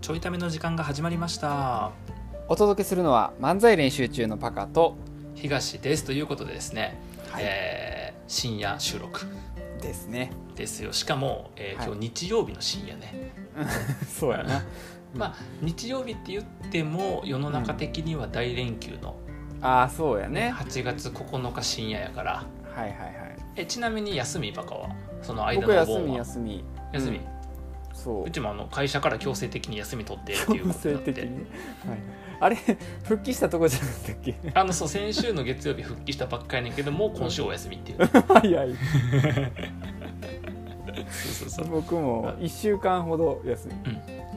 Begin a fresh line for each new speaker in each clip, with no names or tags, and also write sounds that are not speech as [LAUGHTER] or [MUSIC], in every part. ちょいための時間が始まりました
お届けするのは漫才練習中のパカと
東ですということでですね、
はい
えー深夜収録
で
[LAUGHS]
すね
ですよしかも、えー
はい
今日日曜日の深夜ね、
そうやな
まあ日曜日って言っても世の中的には大連休の
[LAUGHS] ああそうやね
8月9日深夜やから、
はいはいはい
えちなみに休みバカはその間
僕
のお
休
盆
み
は
休み
休み、う
うん
[LAUGHS]
そう
ちもあの会社から強制的に休み取ってっていうこと
強
に
制
なって
的に、 [LAUGHS] はい、あれ復帰したとこじゃなかったっけ
あのそう先週の月曜日復帰したばっかりやねんけどもう今週お休み
[LAUGHS]
っていう
早い
そうそうそう
僕も1週間ほど休み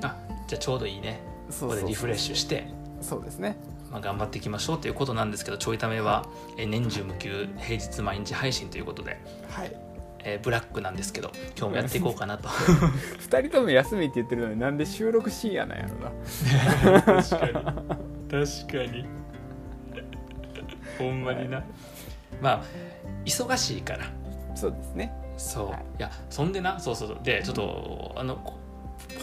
あじゃあちょうどいいね
そ
ここでリフレッ
シ
シュして、
ュそうですね
まあ、頑張っていきましょうということなんですけどちょいためは、えー年中無休平日毎日配信ということで、
はい
えーブラックなんですけど今日もやっていこうかなと
2人とも休みって言ってるのになんで収録深夜なんやろな
確かに確かにほんまにな、まあ忙しいから
そうですね
そう、
はい
い、やそんでなそうそうそうでちょっと、あのこ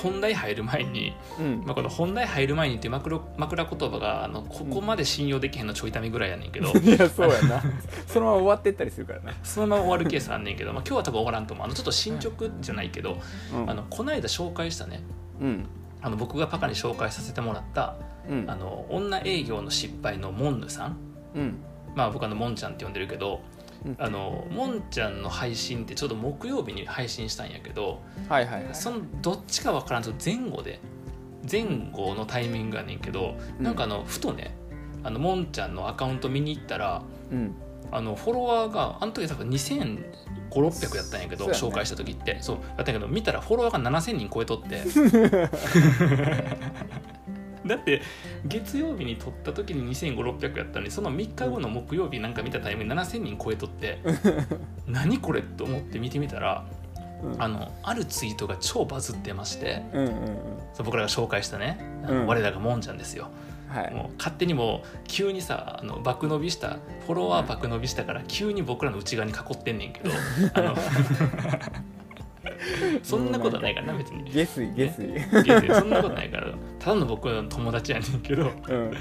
本題入る前に、
うん
まあ、この本題入る前にっていう枕枕言葉があのここまで信用できへんのちょいためぐらいやねんけど、
[LAUGHS] いやそうやなそのまま終わってったりするからな、
そのまま終わるケースあんねんけど、まあ、今日は多分終わらんと思うあのちょっと進捗じゃないけど、
うん、
あのこの間紹介したね
うん
あの僕がパカに紹介させてもらった
うん
あの女営業の失敗のモンヌさん
うん
まあ僕あのモンちゃんって呼んでるけど、
うん
あのモンちゃんの配信ってちょうど木曜日に配信したんやけど
はいはいはい
そのどっちかわからんと前後で前後のタイミングやねんけど、なんかあのふとねあのモンちゃんのアカウント見に行ったら
うん
あのフォロワーがあの時多分2500600やったんやけど
そうやね
紹介した時ってそうやったんやけど見たらフォロワーが7000人超えとって
[LAUGHS]
だって月曜日に撮った時に2500600やったのにその3日後の木曜日なんか見たタイミングで7000人超えとって
[LAUGHS]
何これと思って見てみたら
うん
あのあるツイートが超バズってまして
うんうんうん
そう僕らが紹介したね「あの
うん
我らがもんちゃん」ですよ。
はい
もう勝手にもう急にさあの爆伸びしたフォロワー爆伸びしたから急に僕らの内側に囲ってんねん
[LAUGHS]
けどあのそんなことないからな別に
下水下水
そんなことないからただの僕の友達やねんけど
うん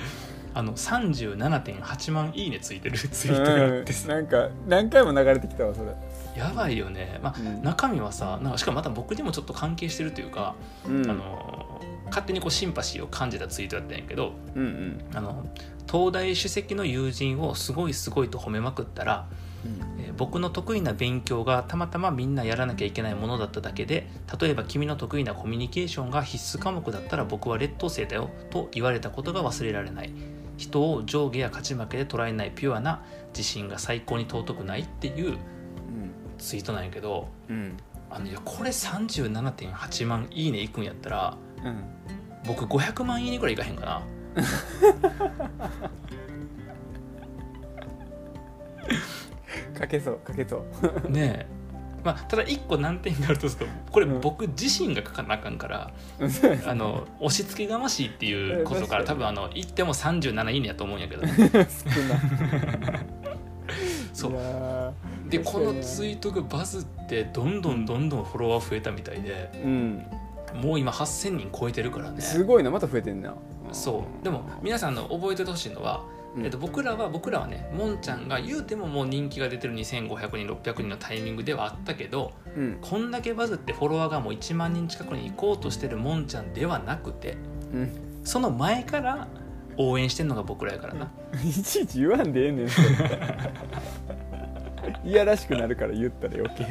あの37.8万いいねついてるツイートがあ
う
っ
ん
てさ
なんか何回も流れてきたわそれ
やばいよねまあ
うん
中身はさなんかしかもまた僕にもちょっと関係してるというか、
うん
あの勝手にこうシンパシーを感じたツイートだったんやけど
うんうん
あの東大主席の友人をすごいすごいと褒めまくったら、えー僕の得意な勉強がたまたまみんなやらなきゃいけないものだっただけで例えば君の得意なコミュニケーションが必須科目だったら僕は劣等生だよと言われたことが忘れられない人を上下や勝ち負けで捉えないピュアな自信が最高に尊くないっていうツイートなんやけど
うんうん
あのいやこれ37.8万いいねいくんやったら
うん
僕500万いいねぐらいいかへんかな
かけそうかけそう
ねえまあ、ただ1個難点があるとするとこれ僕自身が書かなあかんから、あの押し付けがましいっていうことから
え確
多分あの言っても37いいねやと思うんやけ
[LAUGHS]
ど、
少ない
そう
いやー
でこ
確かに
のツイートがバズってどんどんどんどんフォロワー増えたみたいで
うん
もう今8000人超えてるからね
すごいなまた増えてんな
そうでも皆さんの覚えててほしいのは、
うん
えっと、僕らは僕らはねもんちゃんが言うてももう人気が出てる2500人600人のタイミングではあったけど
うん
こんだけバズってフォロワーがもう1万人近くに行こうとしてるもんちゃんではなくて
うん
その前から応援してんのが僕らやからな、
いちいち言わんでええね
[LAUGHS]
んそれいやらしくなるから言ったら余計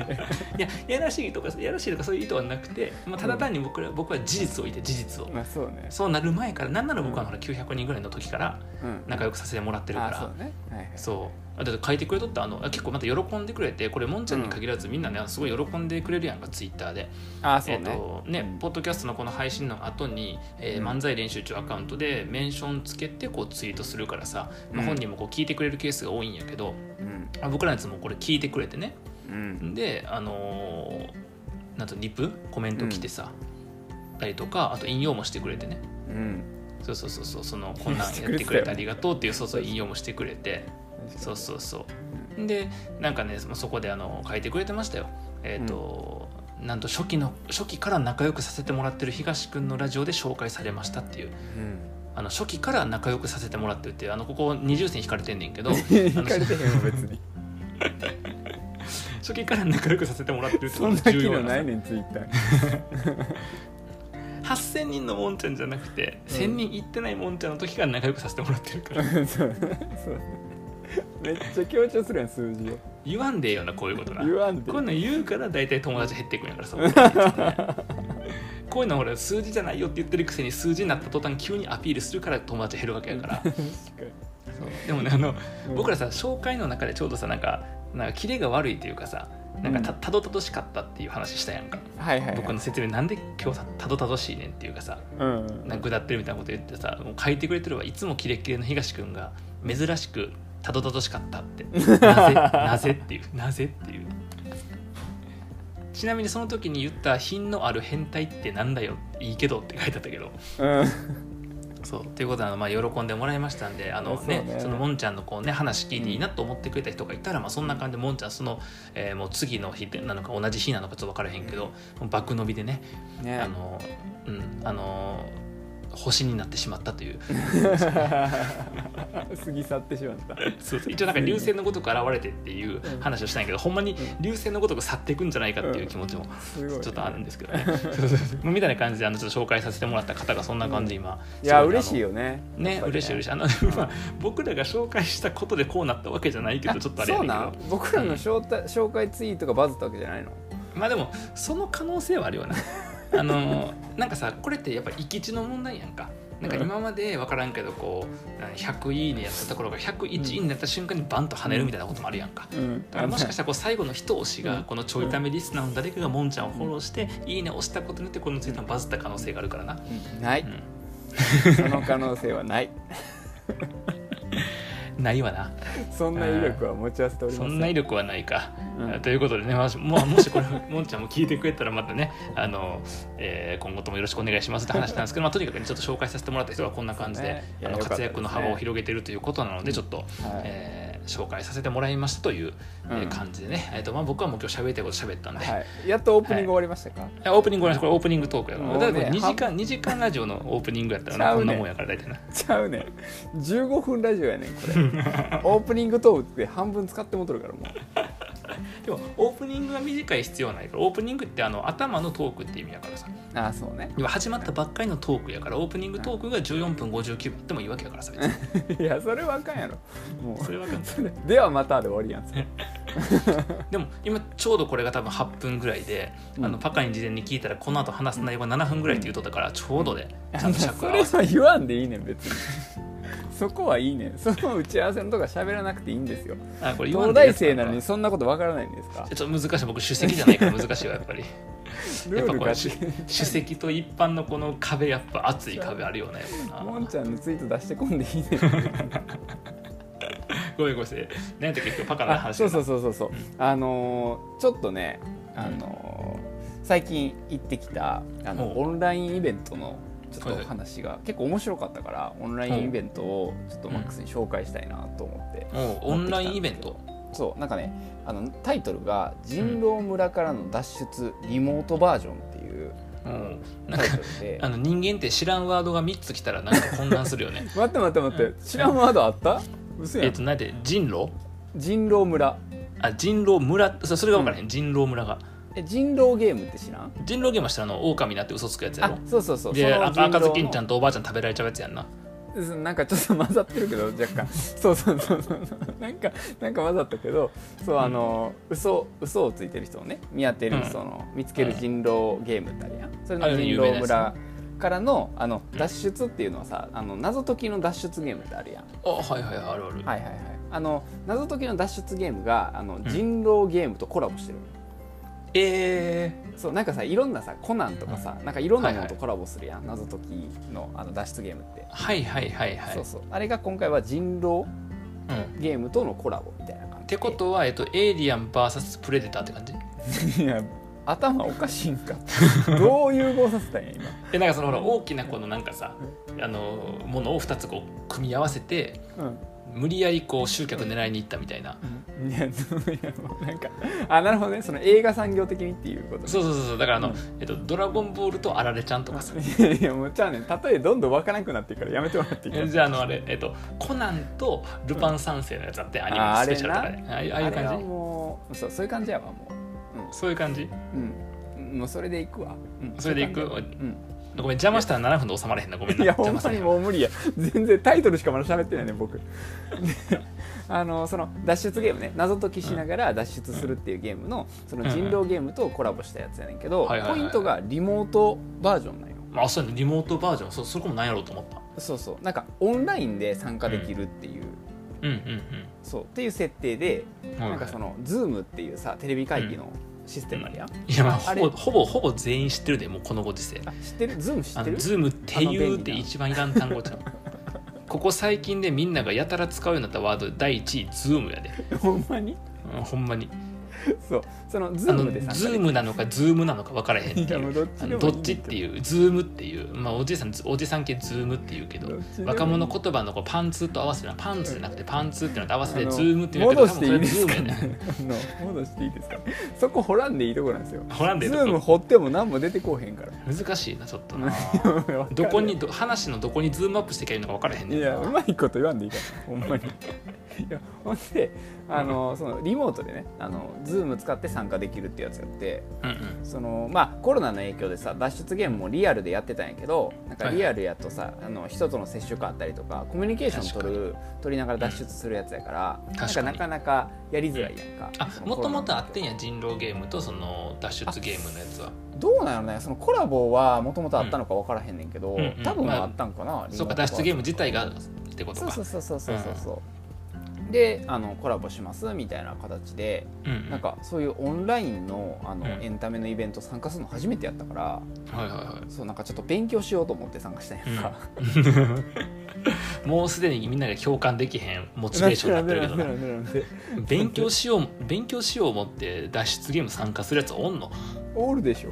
いややらしいとかやらしいとかそういう意図はなくて、まあ、ただ単に僕ら、僕は事実を言って事実を
まあそうね
そうなる前からなんなら僕はほら900人ぐらいの時から
うん
仲良くさせてもらってるか
あ
ら、
そうねはいはい
そうあだって書いてくれとったあのあ結構また喜んでくれてこれもんちゃんに限らずみんなねすごい喜んでくれるやんかツイッターで、
あそ
え
う
っ
ね
とね
うん
ポッドキャストのこの配信の後に、えー
うん
漫才練習中アカウントでメンションつけてこうツイートするからさ、まあ、
うん
本人もこう聞いてくれるケースが多いんやけど、
うん
あ僕らのやつもこれ聞いてくれてね
うん
であのーなんとリプコメント来てさ、たりとかあと引用もしてくれてね
うん
そうそうそうそうそのこんなんやってくれてありがとうっていうそうそう引用もしてくれて。そうそうそうでなんかねそそこであの書いてくれてましたよえっ、と、なんと初期の初期から仲良くさせてもらってる東くんのラジオで紹介されましたっていうあの初期から仲良くさせてもらってるっていうあのここ20線引かれてんねん
[LAUGHS]
けどあ
行かれ
の
てへんわ別に
初期から仲良くさせてもらってるって
そ
こ
ん
と
な
が
機
重要
能
な
な
さ
いねんツイッター
8,000人のもんちゃんじゃなくて、
うん
1,000人いってないもんちゃんの時から仲良くさせてもらってる
[LAUGHS]
から
そうそうめっちゃ強調するやん数字を
言わんでええよなこういうことな
言わんで
こういうの言うから大体友達減っていくんやからそう思ってるんですよ
[LAUGHS]
ねこういうのほら数字じゃないよって言ってるくせに数字になった途端急にアピールするから友達減るわけやから
確か
でもねあの
に
僕らさ紹介の中でちょうどさなんかなんかキレが悪いというかさなんかたたどたどしかったっていう話したやんか、
はいはい、はい、
僕の説明なんで今日たたどたどしいねんっていうかさ
うん
なんか下ってるみたいなこと言ってさもう書いてくれてるわいつもキレッキレの東くんが珍しくたどたどしかったってなぜなぜっていうなぜっていうちなみにその時に言った「品のある変態ってなんだよいいけど」って書いてあったけど
うん
そうということであの、まあ、喜んでもらいましたんであの、
そう
ね
ね
そのもんちゃんのこう、ね、話聞いていいなと思ってくれた人がいたら、まあ、そんな感じでもんちゃんその、えーもう次の日でなのか同じ日なのかちょっと分からへんけどもう爆伸びでね、
ね
あのうんあの星になってしまったという
過ぎ去ってしまった
そうそう一応なんか流星のごとく現れてっていう話をしたんやけど、ほんまに流星のごとく去っていくんじゃないかっていう気持ちも
すごい、ね、
ちょっとあるんですけどねそうそうそうみたいな感じであのちょっと紹介させてもらった方がそんな感じで今、
い
す
や
ごあの
嬉しいよね
ね嬉しい嬉し
い
いあの、まあ、僕らが紹介したことでこうなったわけじゃないけどちょっとあれや
そう
ねんけど
なん僕らの紹介紹介ツイートがバズったわけじゃないの
まあでもその可能性はあるよなあのなんかさこれってやっぱ行き地の問題やんかなんか
うん
今まで分からんけどこうなんか100いいねやったところが101いいねやった瞬間にバンと跳ねるみたいなこともあるやんか
うん
だからもしかしたたらこう最後の一押し
う
が
ん
このちょいためリスナーの誰かがもんちゃんをフォローして「いいね」押したことによってこのツイートがバズった可能性があるからな、
らない、その可能性はない
うん、ないわな
そんな威力は持ち合わせておりま
そ
せん
んな威力はないか、
うん
ということでね、まあ、もうもしこれ [LAUGHS] もんちゃんも聞いてくれたらまたねあの、えー今後ともよろしくお願いしますって話なんですけど、まあ、とにかく、ね、ちょっと紹介させてもらった人がこんな感じで
そうですね
あ
いや
の
よかったです
活躍
ね
の幅を広げているということなのでちょっと、
はい
えー紹介させてもらいましたという、えー
うん
感じでね、えーとまあ、僕はもう今日喋りたいこと喋ったんで。
はい、やっとオープニング終わりましたか、
いやオープニングごめんなさいこれオープニングトークやから、
もうね
だからこれ2時
は
間2時間ラジオのオープニングやったら
ち
な、
ゃう
こ
ね
んなもんやから大体な
ちゃうねん15分ラジオやねんこれオープニングトークで半分使ってもうとるからもう
でもオープニングが短い必要はないからオープニングってあの頭のトークって意味やからさ
ああそうね
今始まったばっかりのトークやからオープニングトークが14分59分あってもいいわけやからさ
[LAUGHS]
別に
[LAUGHS] いやそれはあかんやろも
それは分かんないう
ではまたで終わりやんそれ
でも今ちょうどこれが多分8分ぐらいで、
うん
あのパカに事前に聞いたらこの後話す内容が7分ぐらいって言うとったからちょうどでちゃんと尺
そ
合
れ
わせ
は言わんでいいねん別にそこはいいねんその打ち合わせのとか喋らなくていいんですよ
あこれ言わ
東
んでいい
大
やつ
生なの
ん
に
か
そんなことわからないんですか
ちょっと難しい僕首席じゃないから難しいわやっぱ
[LAUGHS]
りや
ル
っ
ー
ぱ
ル
こ
が
れ首首席と一般のこの壁やっぱ熱い壁あるよねやっぱな
[LAUGHS] もんちゃんのツイート出してこんでいいねん
ごめんごめんなさい何やったっけ今日パカの
あ
話
そうそううそうそうそうあのーちょっとねあのー最近行ってきたあ
お
の
う
オンラインイベントのちょ
はいは
っと
い
話が結構面白かったからオンラインイベントをちょっとマックスに紹介したいなと思って
もうオンラインイベント
そうなんかねあのタイトルが「人狼村からの脱出リモートバージョン」っていう
うんなんか
タイトルで
あの人間って知らんワードが3つ来たらなんか混乱する
[LAUGHS]
よね
待って待って待って知らんワードあった嘘
え
や
っ
ん
となんで人狼
人狼村
あ人狼村そそれが分からへん、人狼村が
え人狼ゲームって知らん
人狼ゲームしたらあの狼になって嘘つくやつや
あ
ろ
そうそうそう
で
その
あ
人狼の
赤ずきんちゃんとおばあちゃん食べられちゃうやつやんな
うんなんかちょっと混ざってるけど若干そうそうそうそうなんかなんか混ざったけどそうあの、嘘嘘をついてる人をね見当て
うん
るその、見つける人狼ゲームってあるやんそれ
あれ
の
ね
人
有名
狼
なや
村からのあの脱出っていうのはさあの謎解きの脱出ゲームってあるやん
あはいはいあるある、
はいはいはいあの謎解きの脱出ゲームがあの人狼ゲームとコラボしてる、
え
そうなんかさいろんなさコナンとかさ、なんかいろんなもの
はい
と
はい
コラボするやん、謎解きのあの脱出ゲームって、
ー、はいはいはいはい
そうそうあれが今回は人狼
うん、っ
ゲームとのコラボみたいな感じ
てことは、えっと、エイリアン VS プレデターって感じ
いや頭おかしいんか [LAUGHS] どう融合させたんや今
えなんかそのほら大きなこのなんかさあのものを2つこう組み合わせて
うん
無理やりこう集客狙いに行ったみたいな、
いやそういやもうなんかあなるほどねその映画産業的にっていうことね
そうそうそうそうだからあの、
うん
えっと「ドラゴンボール」と「あられちゃん」とかさ
いやいやもうじゃあね例えどんどん湧かなくなっていくからやめてもらっていいか
え [LAUGHS]
な
じゃああのあれ、えっと、コナンとルパン三世のやつあって、アニメ
あ
の
ー
スペシャルとかでああいうああいう
あれは
感じ
もうそうそういう感じやわも
そういう感じ
ううんもうそれでいくわ、うん
それでいく
そういう感じうん
ごめん邪魔したら7分で収まれへんなごめんない
や
邪
本
魔
当
され
に
へん
もう無理や全然タイトルしかまだ喋ってないね僕 [LAUGHS] であのその脱出ゲームね謎解きしながら脱出するっていうゲームのその人狼ゲームとコラボしたやつやねんけど、
うんはいはいは
ポ
い
イントがリモートバージョンなんよ
まあそうやねリモートバージョンそそこもなんやろうと思った
そうそうなんかオンラインで参加できるっていう、
うんうん
そうっていう設定で、
うん
なんかその Zoom っていうさテレビ会議のシステムあるやん、
いやまあ
あ
ほ
れ
ぼほぼほぼ全員知ってるでもうこのご時世
あ知ってる Zoom 知
あ
って
の
る
ズームっていうって
あの便利な
一番いらん単語ちゃう [LAUGHS] ここ最近でみんながやたら使うようになったワード第1位ズームやで、
[LAUGHS] ほんまに
うん、ほんまに
そうその
あの
Zoom で参加でき
ズ
る
ームなのかズームなのか分からへんって
いや
い
も
う
うどっち
あ
でも
の
いいんだけ
ど
ど
っちっていうズームっていう、まあ、おじさんおじさん系ズームっていうけど
どっちでもいい
若者言葉のこうパンツーと合わせてなパンツじゃなくてパンツーってのと合わせ
あ
て
の
ズームっていう
戻していいで
ズー
す
ム
か
やね
ねあの戻していいですかねそこ掘らんでいいとこなんですよ
ほらんで
ズ
る
ーム掘っても何も出てこうへんから
難しいなちょっと
[LAUGHS]
な
わかる
どこにど話のどこにズームアップしていけばいいのか分からへんね
い
んな
やうまいこと言わんでいいからほんまにいやほんであのそのリモートでねあのズーム使って参加できるってやつやって
うんうん
そのまあコロナの影響でさ脱出ゲームもリアルでやってたんやけどなんか
はい
リアルやとさ、あの人との接触あったりとかコミュニケーション取る取りながら脱出するやつやから
ん
なん
確
か
かに
なかなかやりづらいやんか、
あ
その
も
コ
と
ロナ
も
の
とあってんや人狼ゲームとその脱出ゲームのやつは
どうなのねそのコラボはもともとあったのか分からへんねんけど、
うんうん
多分
まあ
あったんかな、
そうか脱出ゲーム自体
が
がってこと
そう
か
そうそうそうそうそうそうであのコラボしますみたいな形で
うんうん
なんかそういうオンラインのあ
う
の、
ん
エンタメのイベント参加するの初めてやったから
はいはいは
そうなんかちょっと勉強しようと思って参加したんやんか、
いもうすでにみんなが共感できへんモチベーションになってるけどな
[LAUGHS]
勉強しよう勉強しよう思って脱出ゲーム参加するやつおんの
オールでしょ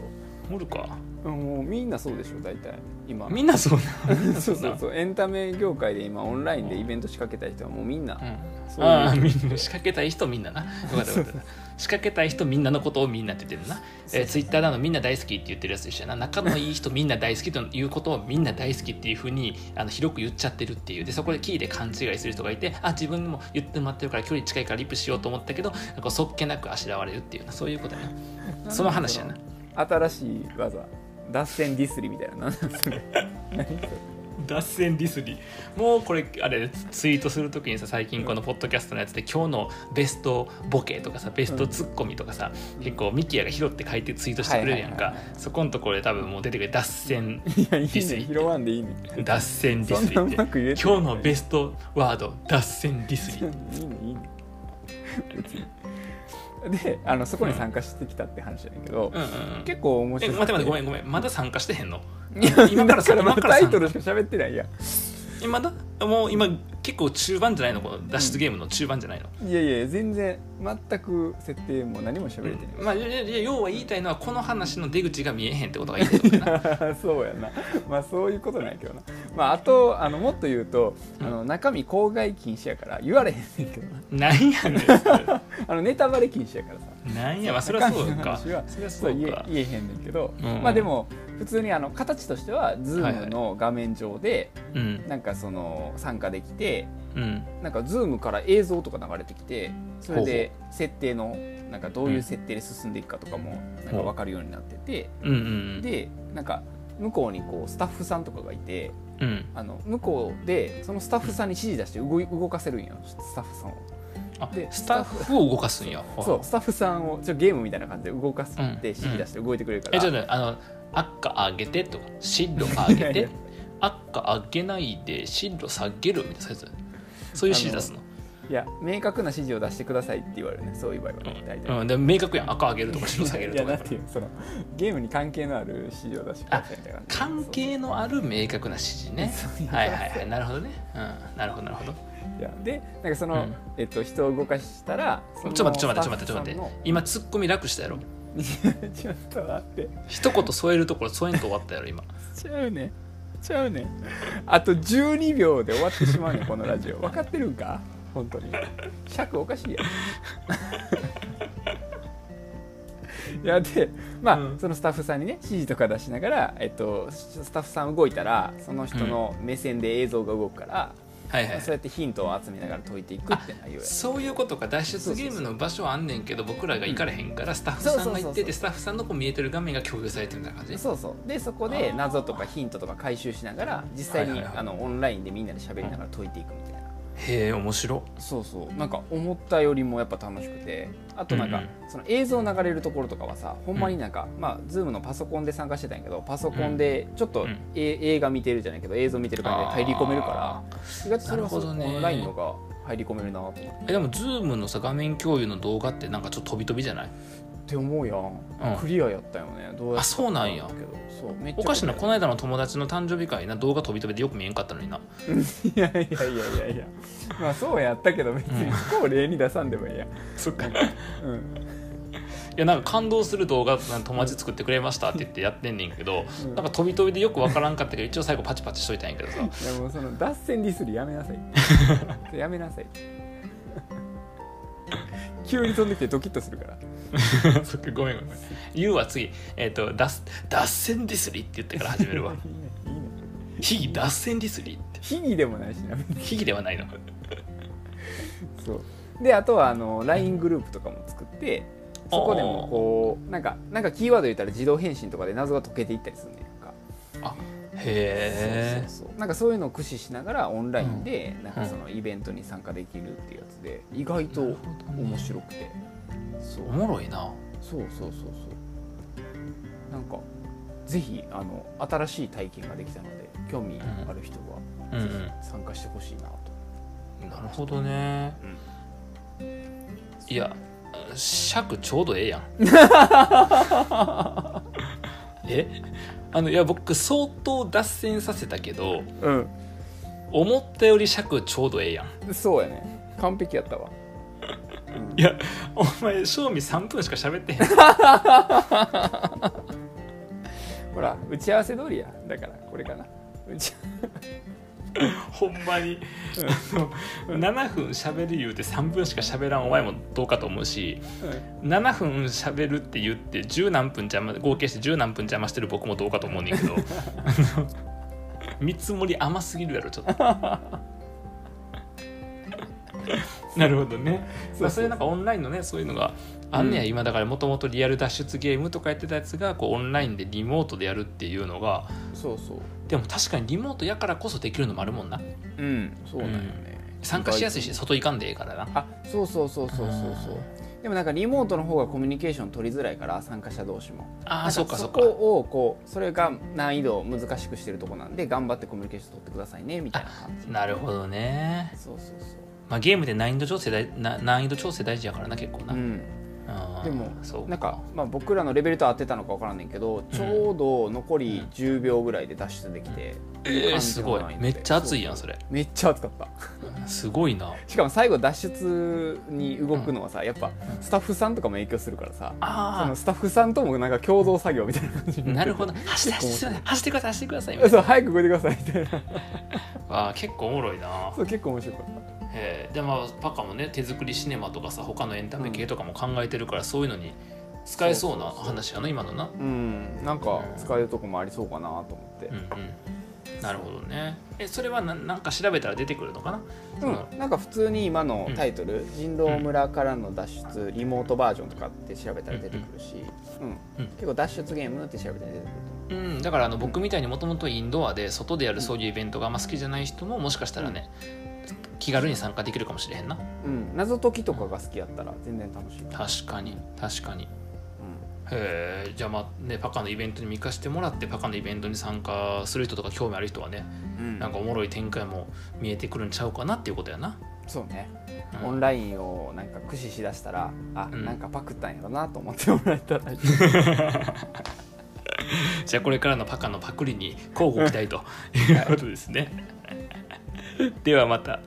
おるか
もうみんなそうでしょ大体今
みんなそうな
[LAUGHS] そうそ
そうう
そうエンタメ業界で今オンラインでイベント仕掛けた人はもうみんな、
うん
そういう
ああみんな仕掛けたい人みん [LAUGHS] ななよかったよかった仕掛けたい人みんなのことをみんなって言ってるな、えー、ツイッターなのみんな大好きって言ってるやつでしたな仲のいい人みんな大好きということをみんな大好きっていうふうにあの広く言っちゃってるっていうでそこでキーで勘違いする人がいてあ自分も言ってもらってるから距離近いからリップしようと思ったけどなんかそっけなくあしらわれるっていうなそういうことやなその話やな
新しい技脱線ディスリみたいな何なんそれ
脱線ディスリもうこれあれツイートするときにさ最近このポッドキャストのやつで今日のベストボケとかさベストツッコミとかさ、結構ミキヤが拾って書いてツイートしてくれるやん
はい
か
はいはい
そこのところで多分もう出てくる脱
[LAUGHS]
線
いやいいね
ディスリ
拾わんでいいね
脱線ディスリ
そんなう
っ
まく言え
て
てない
今日のベストワード脱線ディスリ
いいねいいね別にであのそこに参加してきたって話やねんけど、
うんうんうん
結構面
え
白い
待って待ってごめんごめんまだ参加してへんの
今
今か
か
らら
さ
さ
まだ
今からさ
タイトルしか喋ってないやん
えまだもう今結構中盤じゃないのこの脱出ゲームの中盤じゃないの、
いやいや全然全く設定も何も喋れて
[LAUGHS]
ない、
まあいやいや要は言いたいのはこの話の出口が見えへんってことが言いたいのかな
そうやなまあそういうことなんやけどな、まあ、あとあのもっと言うとあの中身公害禁止やから言われへんねんけどな
なんやねんそれ
あのネタバレ禁止やからさ
なんやまあそれはそうか
中身の話は
それは
そ
そうう
言
か
え言えへんねんけど、
うんうん
まあでも普通にあの形としては Zoom の画面上で
うん
なんかその参加できて
うん
なんか Zoom から映像とか流れてきてそれで設定のなんかどういう設定で進んでいくかとかもなんか分かるようになってて
うんうん
でなんか向こうにこうスタッフさんとかがいて
うん
あの向こうでそのスタッフさんに指示出して動い動かせるんよスタッフさんを
あ
で
スタッフを動かすんや
そうスタッフさんをちょゲームみたいな感じで動かすって
うん
指示出して動いてくれるか
え
ら、
ちょっとねあの赤上げてと白上げ
いやい [LAUGHS]
て
や
赤上げないで白下げるみたいなそういうやつそういう指示出すの
いや明確な指示を出してくださいって言われるねそういう場合はね大体、
うんでも明確やん赤上げるとか白下げる
[LAUGHS] いや
と
な
か
んていうそのゲームに関係のある指示を出してくださいみたいな感じ
関係のある明確な指示ね
そう
はいはいはいなるほどねうんなるほどなるほど
いやでなんかその、
うん
えっと、人を動かしたら
ちょっと待ってちょっと待ってちょっと待ってちょっと待って今ツッコミ楽したやろ
待って [LAUGHS] ちょっと待って
一言添えるところ添えんと終わったやろ今
ちゃうねちゃうねんあと12秒で終わってしまうね
[LAUGHS]
んこのラジオ分かってるんか本当に尺おかしいやん
[LAUGHS]
いやでまあ、
うん
そのスタッフさんにね指示とか出しながら、えっと、スタッフさん動いたらその人の目線で映像が動くから、
はいはい
そうやってヒントを集めながら解いていくって内容や
そういうことか脱出ゲームの場所はあんねんけど僕らが行かれへんからスタッフさんが行っててスタッフさんのこう見えてる画面が共有されてるみたいな感じ
そうそうでそこで
あー
謎とかヒントとか回収しながら実際
は
に
いはいはい
あのオンラインでみんなで喋りながら解いていくみたいな。
へえ面白
そうそうなんか思ったよりもやっぱ楽しくてあとなんか、
うん
その映像流れるところとかはさほんまになんか、まあ Zoom のパソコンで参加してたんやけどパソコンでちょっと、
うん
え映画見てるじゃないけど映像見てる感じで入り込めるから意外とそれはそ
なるほどね
オンラインのが入り込めるなと思って
えでも Zoom のさ画面共有の動画ってなんかちょっと飛び飛びじゃない
って思うやん、
うん
クリアやったよねどうや
あそうなんや
けどそうめっちゃ
おかしいな
ク
この間の友達の誕生日会な動画飛び飛びでよく見えんかったのにな
リアや [LAUGHS] いやいやいやいやまあそうやったけど別に不幸例に出さんでもいいや、
そっかい
うん、
やなんか感動する動画なんか友達作ってくれましたって言ってやってんねんけど、
うん
なんか飛び飛びでよくわからんかったけど一応最後パチパチしといたんやけど [LAUGHS] さ
いやもうその脱線ディスりやめなさ
[LAUGHS]
いやめなさい [LAUGHS] 急に飛んできてドキッとするから
そっかごめんごめん言うは次えっ、と脱脱線ディスリって言ってから始めるわ
いいねいいね
非脱線ディスリって
秘技でもないしな別に
非ではないの
そうであとはあの LINE グループとかも作ってそこでもこうなんかなんかキーワード言ったら自動返信とかで謎が解けていったりするねんか
へえ
そうそうそうなんかそういうのを駆使しながらオンラインでなんかそのイベントに参加できるっていうやつで意外と面白くてそう
おもろいな
そうそうそうそうなんかぜひあの新しい体験ができたので興味ある人
うんう
は
ん
ぜひ参加してほしいなと、
なるほどね、いや尺ちょうどえ [LAUGHS] えやんえあのいや僕相当脱線させたけど
うん
思ったより尺ちょうどええやん
そうやね完璧やったわ
いや [LAUGHS] お前正味3分しか喋ってへん [LAUGHS]
ほら打ち合わせ通りやだからこれかな打ち
ほんまにあの7分喋る言うて3分しか喋らんお前もどうかと思うし7分喋るって言って10何分邪魔合計して10何分邪魔してる僕もどうかと思うねんけどあの見積もり甘すぎるやろちょっと。なるほどね
そうそう
まあそういうなんかオンラインのねそういうのがあんねや、今だからもともとリアル脱出ゲームとかやってたやつがこうオンラインでリモートでやるっていうのが
そうそう
でも確かにリモートやからこそできるのもあるもんな
うんそうなんよね、
参加しやすいし外行かんでええからな
あそうそうそうそうそうそうでもなんかリモートの方がコミュニケーション取りづらいから参加者同士も
あ
なん
あそうかそうか
そこをこうそれが難易度を難しくしてるとこなんで頑張ってコミュニケーション取ってくださいねみたいな感じ
なるほどね、
そうそうそ
まあ、ゲームで難易度調整だいな難易度調整大事やからな結構な、
う、うん、
あー
でも
そう
なんか、まあ、僕らのレベルと合ってたのか分からんねんけどちょうど残り10秒ぐらいで脱出できて、
えーすごいめっちゃ熱いやんそれ
めっちゃ暑かった
すごいな
しかも最後脱出に動くのはさやっぱスタッフさんとかも影響するからさそ
あ
のスタッフさんともなんか共同作業みたいな感
[LAUGHS]
じ
あ
に
な
なって
るほど走って走って走ってください走ってくださ
[LAUGHS]
いみたい
そう早く動いてくださいみたいな
なあー結構おもろいな
そう結構面白かった
へーでまあパカもね手作りシネマとかさ他のエンタメ系とかも考えてるから、そういうのに使えそうな
そうそうそう
話やな今のな
うんなんか使えるとこもありそうかなと思って
うんうんなるほどねえそれはななんか調べたら出てくるのかな、その
うん、なんか普通に今のタイトル「人狼村からの脱出リモートバージョン」とかって調べたら出てくるし、うん
うん
結構脱出ゲームって調べたら出てくる
うん、だからあの僕みたいにもともとインドアで外でやるそういうイベントがあんま好きじゃない人ももしかしたらね、気軽に参加できるかもしれへんな
と、うん、謎解きとかが好きやったら全然楽しいか
確かに確かに
う
へえじゃあまあねパカのイベントに見かしてもらってパカのイベントに参加する人とか興味ある人はね
ん
なんかおもろい展開も見えてくるんちゃうかなっていうことやな、
そうね、
うん
オンラインをなんか駆使しだしたらあ、
うん
なんかパクったんやろなと思ってもらえたらいい
じゃあこれからのパカのパクリに交互期待ということですねではまた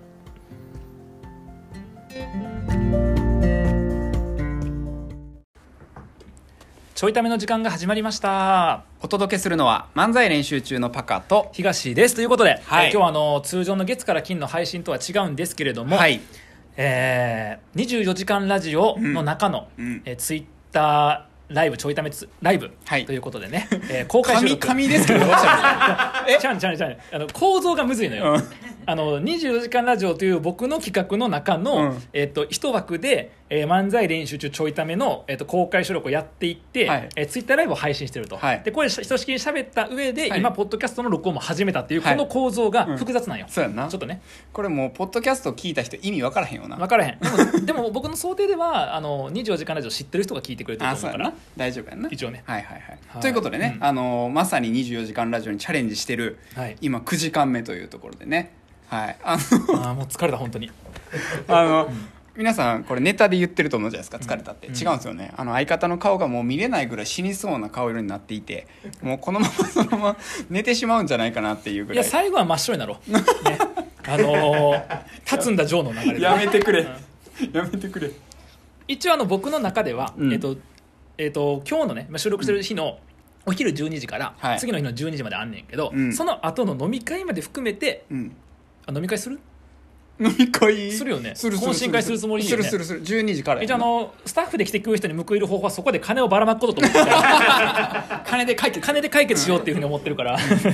ちょいための時間が始まりました
[LAUGHS] お届けするのは漫才練習中のパカと
東ですということで、
はい
えー今日はあの通常の月から金の配信とは違うんですけれども、
はい
えー、24時間ラジオの中の、
うん
えーツイッターライブちょいためつライブ、
はい
ということでね、えー公開収
神
録
神ですけどどうした
ちゃんちゃんちゃんあの構造がむずいのよ、
うん
あの24時間ラジオという僕の企画の中の、
うん
えっと一枠で、えー漫才練習中ちょいための、えっと公開収録をやっていって、
はい
えツイッター Twitter ライブを配信してると、
はい
でこれひとしきり喋った上で、
はい
今ポッドキャストの録音も始めたっていう、
はい
この構造が
ん
複雑なんよ、
[LAUGHS] そうやんな
ちょっとね
これもうポッドキャスト聞いた人意味分からへんよな
分からへんでも
[LAUGHS]
でも僕の想定ではあの24時間ラジオ知ってる人が聞いてくれてる
あ
と
そ
思
う
う
や
か
な
ら
大丈夫やんな
一応ね
はいはいはい、
はい
ということでね、
うん
あのまさに24時間ラジオにチャレンジしてる、
はい
今9時間目というところでねはいあ
あ [LAUGHS]
の
ーもう疲れた本
[LAUGHS]
当に
あの皆さんこれネタで言ってると思うじゃないですか疲れたって、
うん
違うんですよねあの相方の顔がもう見れないぐらい死にそうな顔色になっていてもうこのままそのまま [LAUGHS] 寝てしまうんじゃないかなっていうぐ
い
ら
や
い
最後は真っ白になろう、ね、あの
[LAUGHS]
ー立つんだジョーの流れで
やめてくれやめてくれ
一応あの僕の中では、
うん
えっとえっと今日のねまあ収録してる日のお昼12時から、
はい
次の日の12時まであんねんけど、
うん
その後の飲み会まで含めて
うん
あ飲み会する
飲み会
するよね
するする
懇親会するつもりいい
す
よ
る
ね
するする12時から
え
や
じゃああ
な
のスタッフで来てくる人に報いる方法はそこで金をばらまくことと思ってる
[LAUGHS]
から金で解決金で解決しようっていうふうに思ってるから [LAUGHS]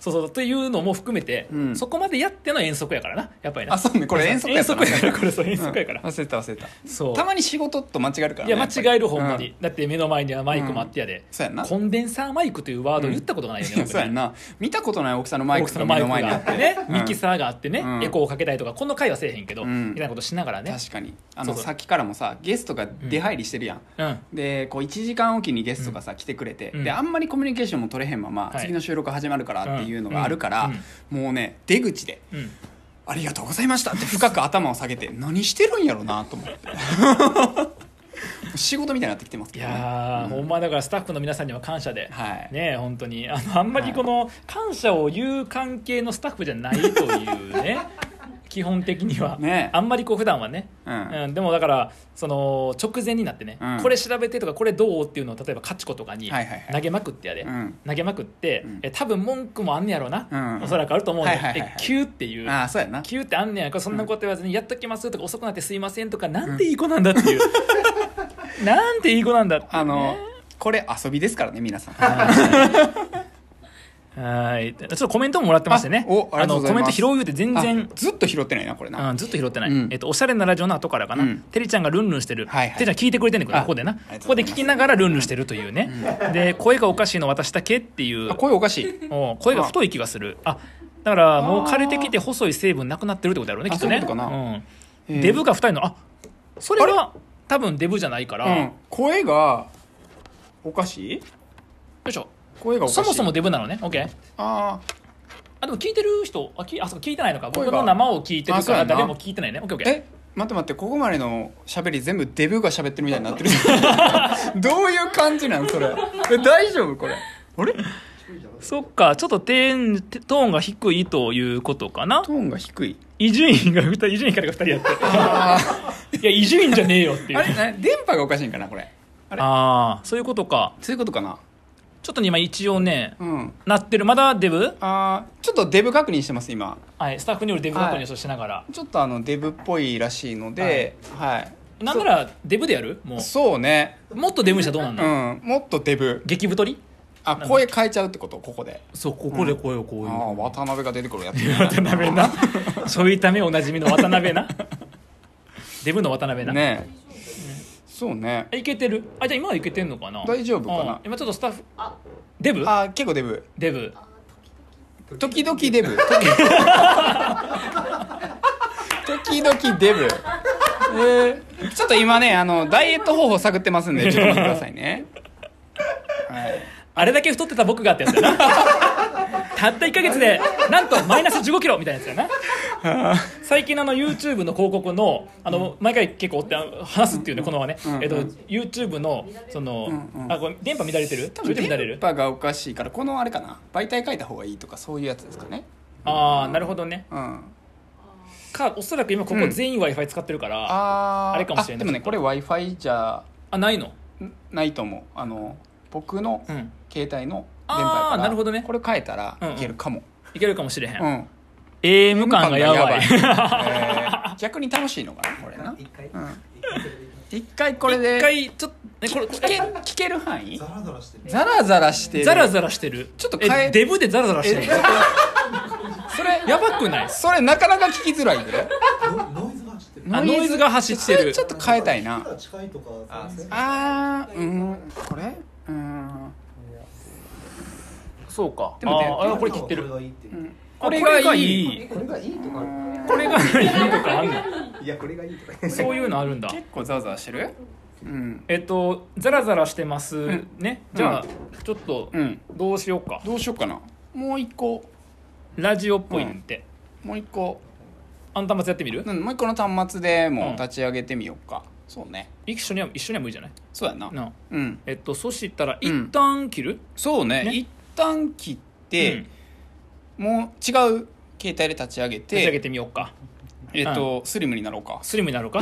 そうそうというのも含めて、
うん
そこまでやっての遠足やからなやっぱりな
あそうねこれ遠足や
遠
った
足
な
やからこれそう遠足やから、
うん忘れた忘れた
そう
たまに仕事と間違えるから、ね、
いや間違えるほんま
やっぱり
に、だって目の前にはマイクもあってやで、
そうやんな
コンデンサーマイクというワードを言ったことがないよね、
うん
僕ね
そうやんな見たことない大きさのマイ
大
ク
きさ
が
の
目
マイ
の
ク
前に
が
あ
あっ
っ
て
て
ね、
うん
ミキサーがあってね、
うん
エコーをかけたりとかこの回はせえへんけど、
うん
みたいなことしながらね
確かにあの
そうそう
さっきからもさゲストが出入りしてるやん、
うん
でこう1時間おきにゲストがさ、来てくれて、
うん
であんまりコミュニケーションも取れへんまま、
はい
次の収録始まるからっていうのがあるから、
うん
もうね出口で
うん
「ありがとうございました」って深く頭を下げて何してるんやろなと
[LAUGHS]
思って仕事みたいになってきてます
い
けど、ね、
やー、ほんまだからスタッフの皆さんには感謝で、
はい
ね本当にあのあんまりこの感謝を言う関係のスタッフじゃないという
[LAUGHS]
ね基本的には、
ね
あんまりこう普段はね、
うん
でもだからその直前になってね、
うん
これ調べてとかこれどうっていうのを例えばカチコとかに
はいはいはい
投げまくってやで、
うん
投げまくって、
うん
え多分文句もあんねやろうな、
うん
おそらくあると思うの、
はいはいはいはい
え急っていう
ああそうやな
急ってあんねやからそんなこと言わずに「やっときます」とか「遅くなってすいません」とかなんていい子なんだって
[LAUGHS]
いう、なんていい子なんだっていうね
あの、これ遊びですからね皆さん
はいはいちょっとコメントももらってましてね
あおありがとうございます
のコメント拾う言うて全然
あずっと拾ってないなこれな、
うん、ずっと拾ってない、
うん
えっと、おしゃれなラジオの後からかな、
うん
てりちゃんがルンルンしてる、
はいはい
てりちゃん聞いてくれてんねんけど
あ
ここでなこ
ありがと
こ
うござ
で
います
聞きながらルンルンしてるというね、で声がおかしいの私だけっていう
あ声おかしい
お声が太い気がするあだからもう枯れてきて細い成分なくなってるってことだろうねき
あ
っとね
そういうことかな
うん
へえ
[LAUGHS] デブが二人のあそれは多分デブじゃないから、
う
よ
ん声がおかしい
いしょ
声がおかしい
そもそもデブなのね OK
あ
あでも聞いてる人あきあそうか聞いてないのか
声
僕
が
の生を聞いてる
あそ
か
うや
ら
んな
誰も聞いてないね OKOK
ーえ待って待ってここまでの喋り全部デブが喋ってるみたいになってる
[LAUGHS]
[LAUGHS] どういう感じなんそれえ大丈夫これあれ
そっかちょっとテントーンが低いということかな
トーンが低い
伊集院が2人伊集院からが2人やっていや伊集院じゃねえよっていう
あ
あ
れな電波がおかしいんかなこれ
あーそういうことか
そういうことかな
ちょっとね今一応ね
うん
なってるまだデブ
あーちょっとデブ確認してます今
はいスタッフによるデブ確
は
認
い
をしながら、
ちょっとあのデブっぽいらしいのではい、
なんならデブでやるも
そうね
うもっとデブにしたらどうなん
う
の、
んもっとデブ
激太り
あ声変えちゃうってことここで
そうここで声をこ
ああ渡辺が出てくるやつ
[LAUGHS] 渡辺なちょいためおなじみの渡辺なデブの渡辺な、
ねえそうね
あいけてるあじゃあ今はいけてんのかな
大丈夫かな
うん今ちょっとスタッフデブ
ああ結構デブ
デブ
時々デブ時々デブえーちょっと今ねあのダイエット方法探ってます
[LAUGHS]
んでちょっと待ってくださいねはい
あれだけ太ってた僕がってやつだ
[LAUGHS]
なたった1か月でなんとマイナス1 5キロみたいなやつだな最近あの YouTube の広告のあの、毎回結構追ってあの話すっていうねこのままね、
うん
えっと、YouTube のその、
うんうん
あこれ電波乱れてる
多
多
分
分乱れ
電
る
波がおかしいからこのあれかな媒体変えた方がいいとかそういうやつですかね
ああなるほどね
うん
かおそらく今ここ全員 w i f i 使ってるから、
あー
あれかもしれない
あでもねこれ w i f i じゃ
あないの
ないと思うあの僕の
うん
携帯の電波や
あ
か
ー
ら
なるほどね
これ変えたら
うんうん
いけるかも、
いけるかもしれへん、
うん
AM 感がやばい
やばいえー逆に楽しいのかなこれな
一回
うん一回これで
[LAUGHS] 一回ちょっとえこれ
聞け聞ける範囲
ザラザラしてる
ザラザラしてる
ザラザラしてる
ちょっと変え
えデブでザラザラして
え
る
ちょっとそれ
やばくない
それなかなか聞きづらいで
ノノイズが走ってる
あノイズが走ってる
ちょっと変えたいな
近いとか
あそう
あーうんこれうん
そうか
でもね
あーあこれ切ってる
これがいいっていう
これがいい
えこれがいいとかある
これがいいとかあ
[LAUGHS]
んの
いやこれがいいとか
そういうのあるんだ
結構ザワザワしてるうん
えっとザラザラしてます、
ん
ねじゃあ、ちょっと
うん
どうしようか
どうしようかなもう一個
ラジオっぽいのって、
もう一個
あんたまずやってみる、
うんもう一個の端末で
うん
もう立ち上げてみようかそうね
一緒には一緒には無理じゃない
そうやな
なあ
うん
えっとそしたら
うん
一旦切る、
そうね
ね
一旦切ってもう違う携帯で立ち上げ
手上げ
て
てみようか
えっとスリムになろうか
スリムになろうか、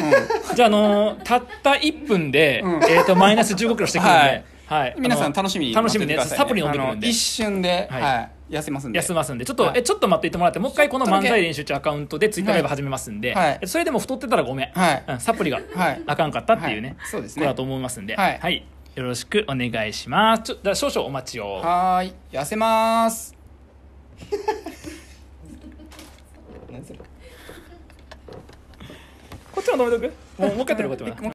じゃあ、あのーたった1分で、
うん
えっとマイナス1 5キロしてくるんで、は
はいい
あの
皆さん楽しみに
楽しみで
待っててください
サプリ飲んでくるんで
あの一瞬で、
は
はいい痩せますんで
休ますんでちょっと、
はい
えちょっと待っていてもらってもう一回この
ちょ
漫
っとだけ
才練習中アカウントでツイッターライブ始めますんで、
はい
えそれでも太ってたらごめん、
はい
うんサプリが
はい
あかんかったっていうね、
はいそうです
これ
ね
だと思いますんで、
はい
よろしくお願いしますちょだ少々お待ちを
はーい痩せます
こっちも止めとくもうもう一回やってみるこっちもな
もう一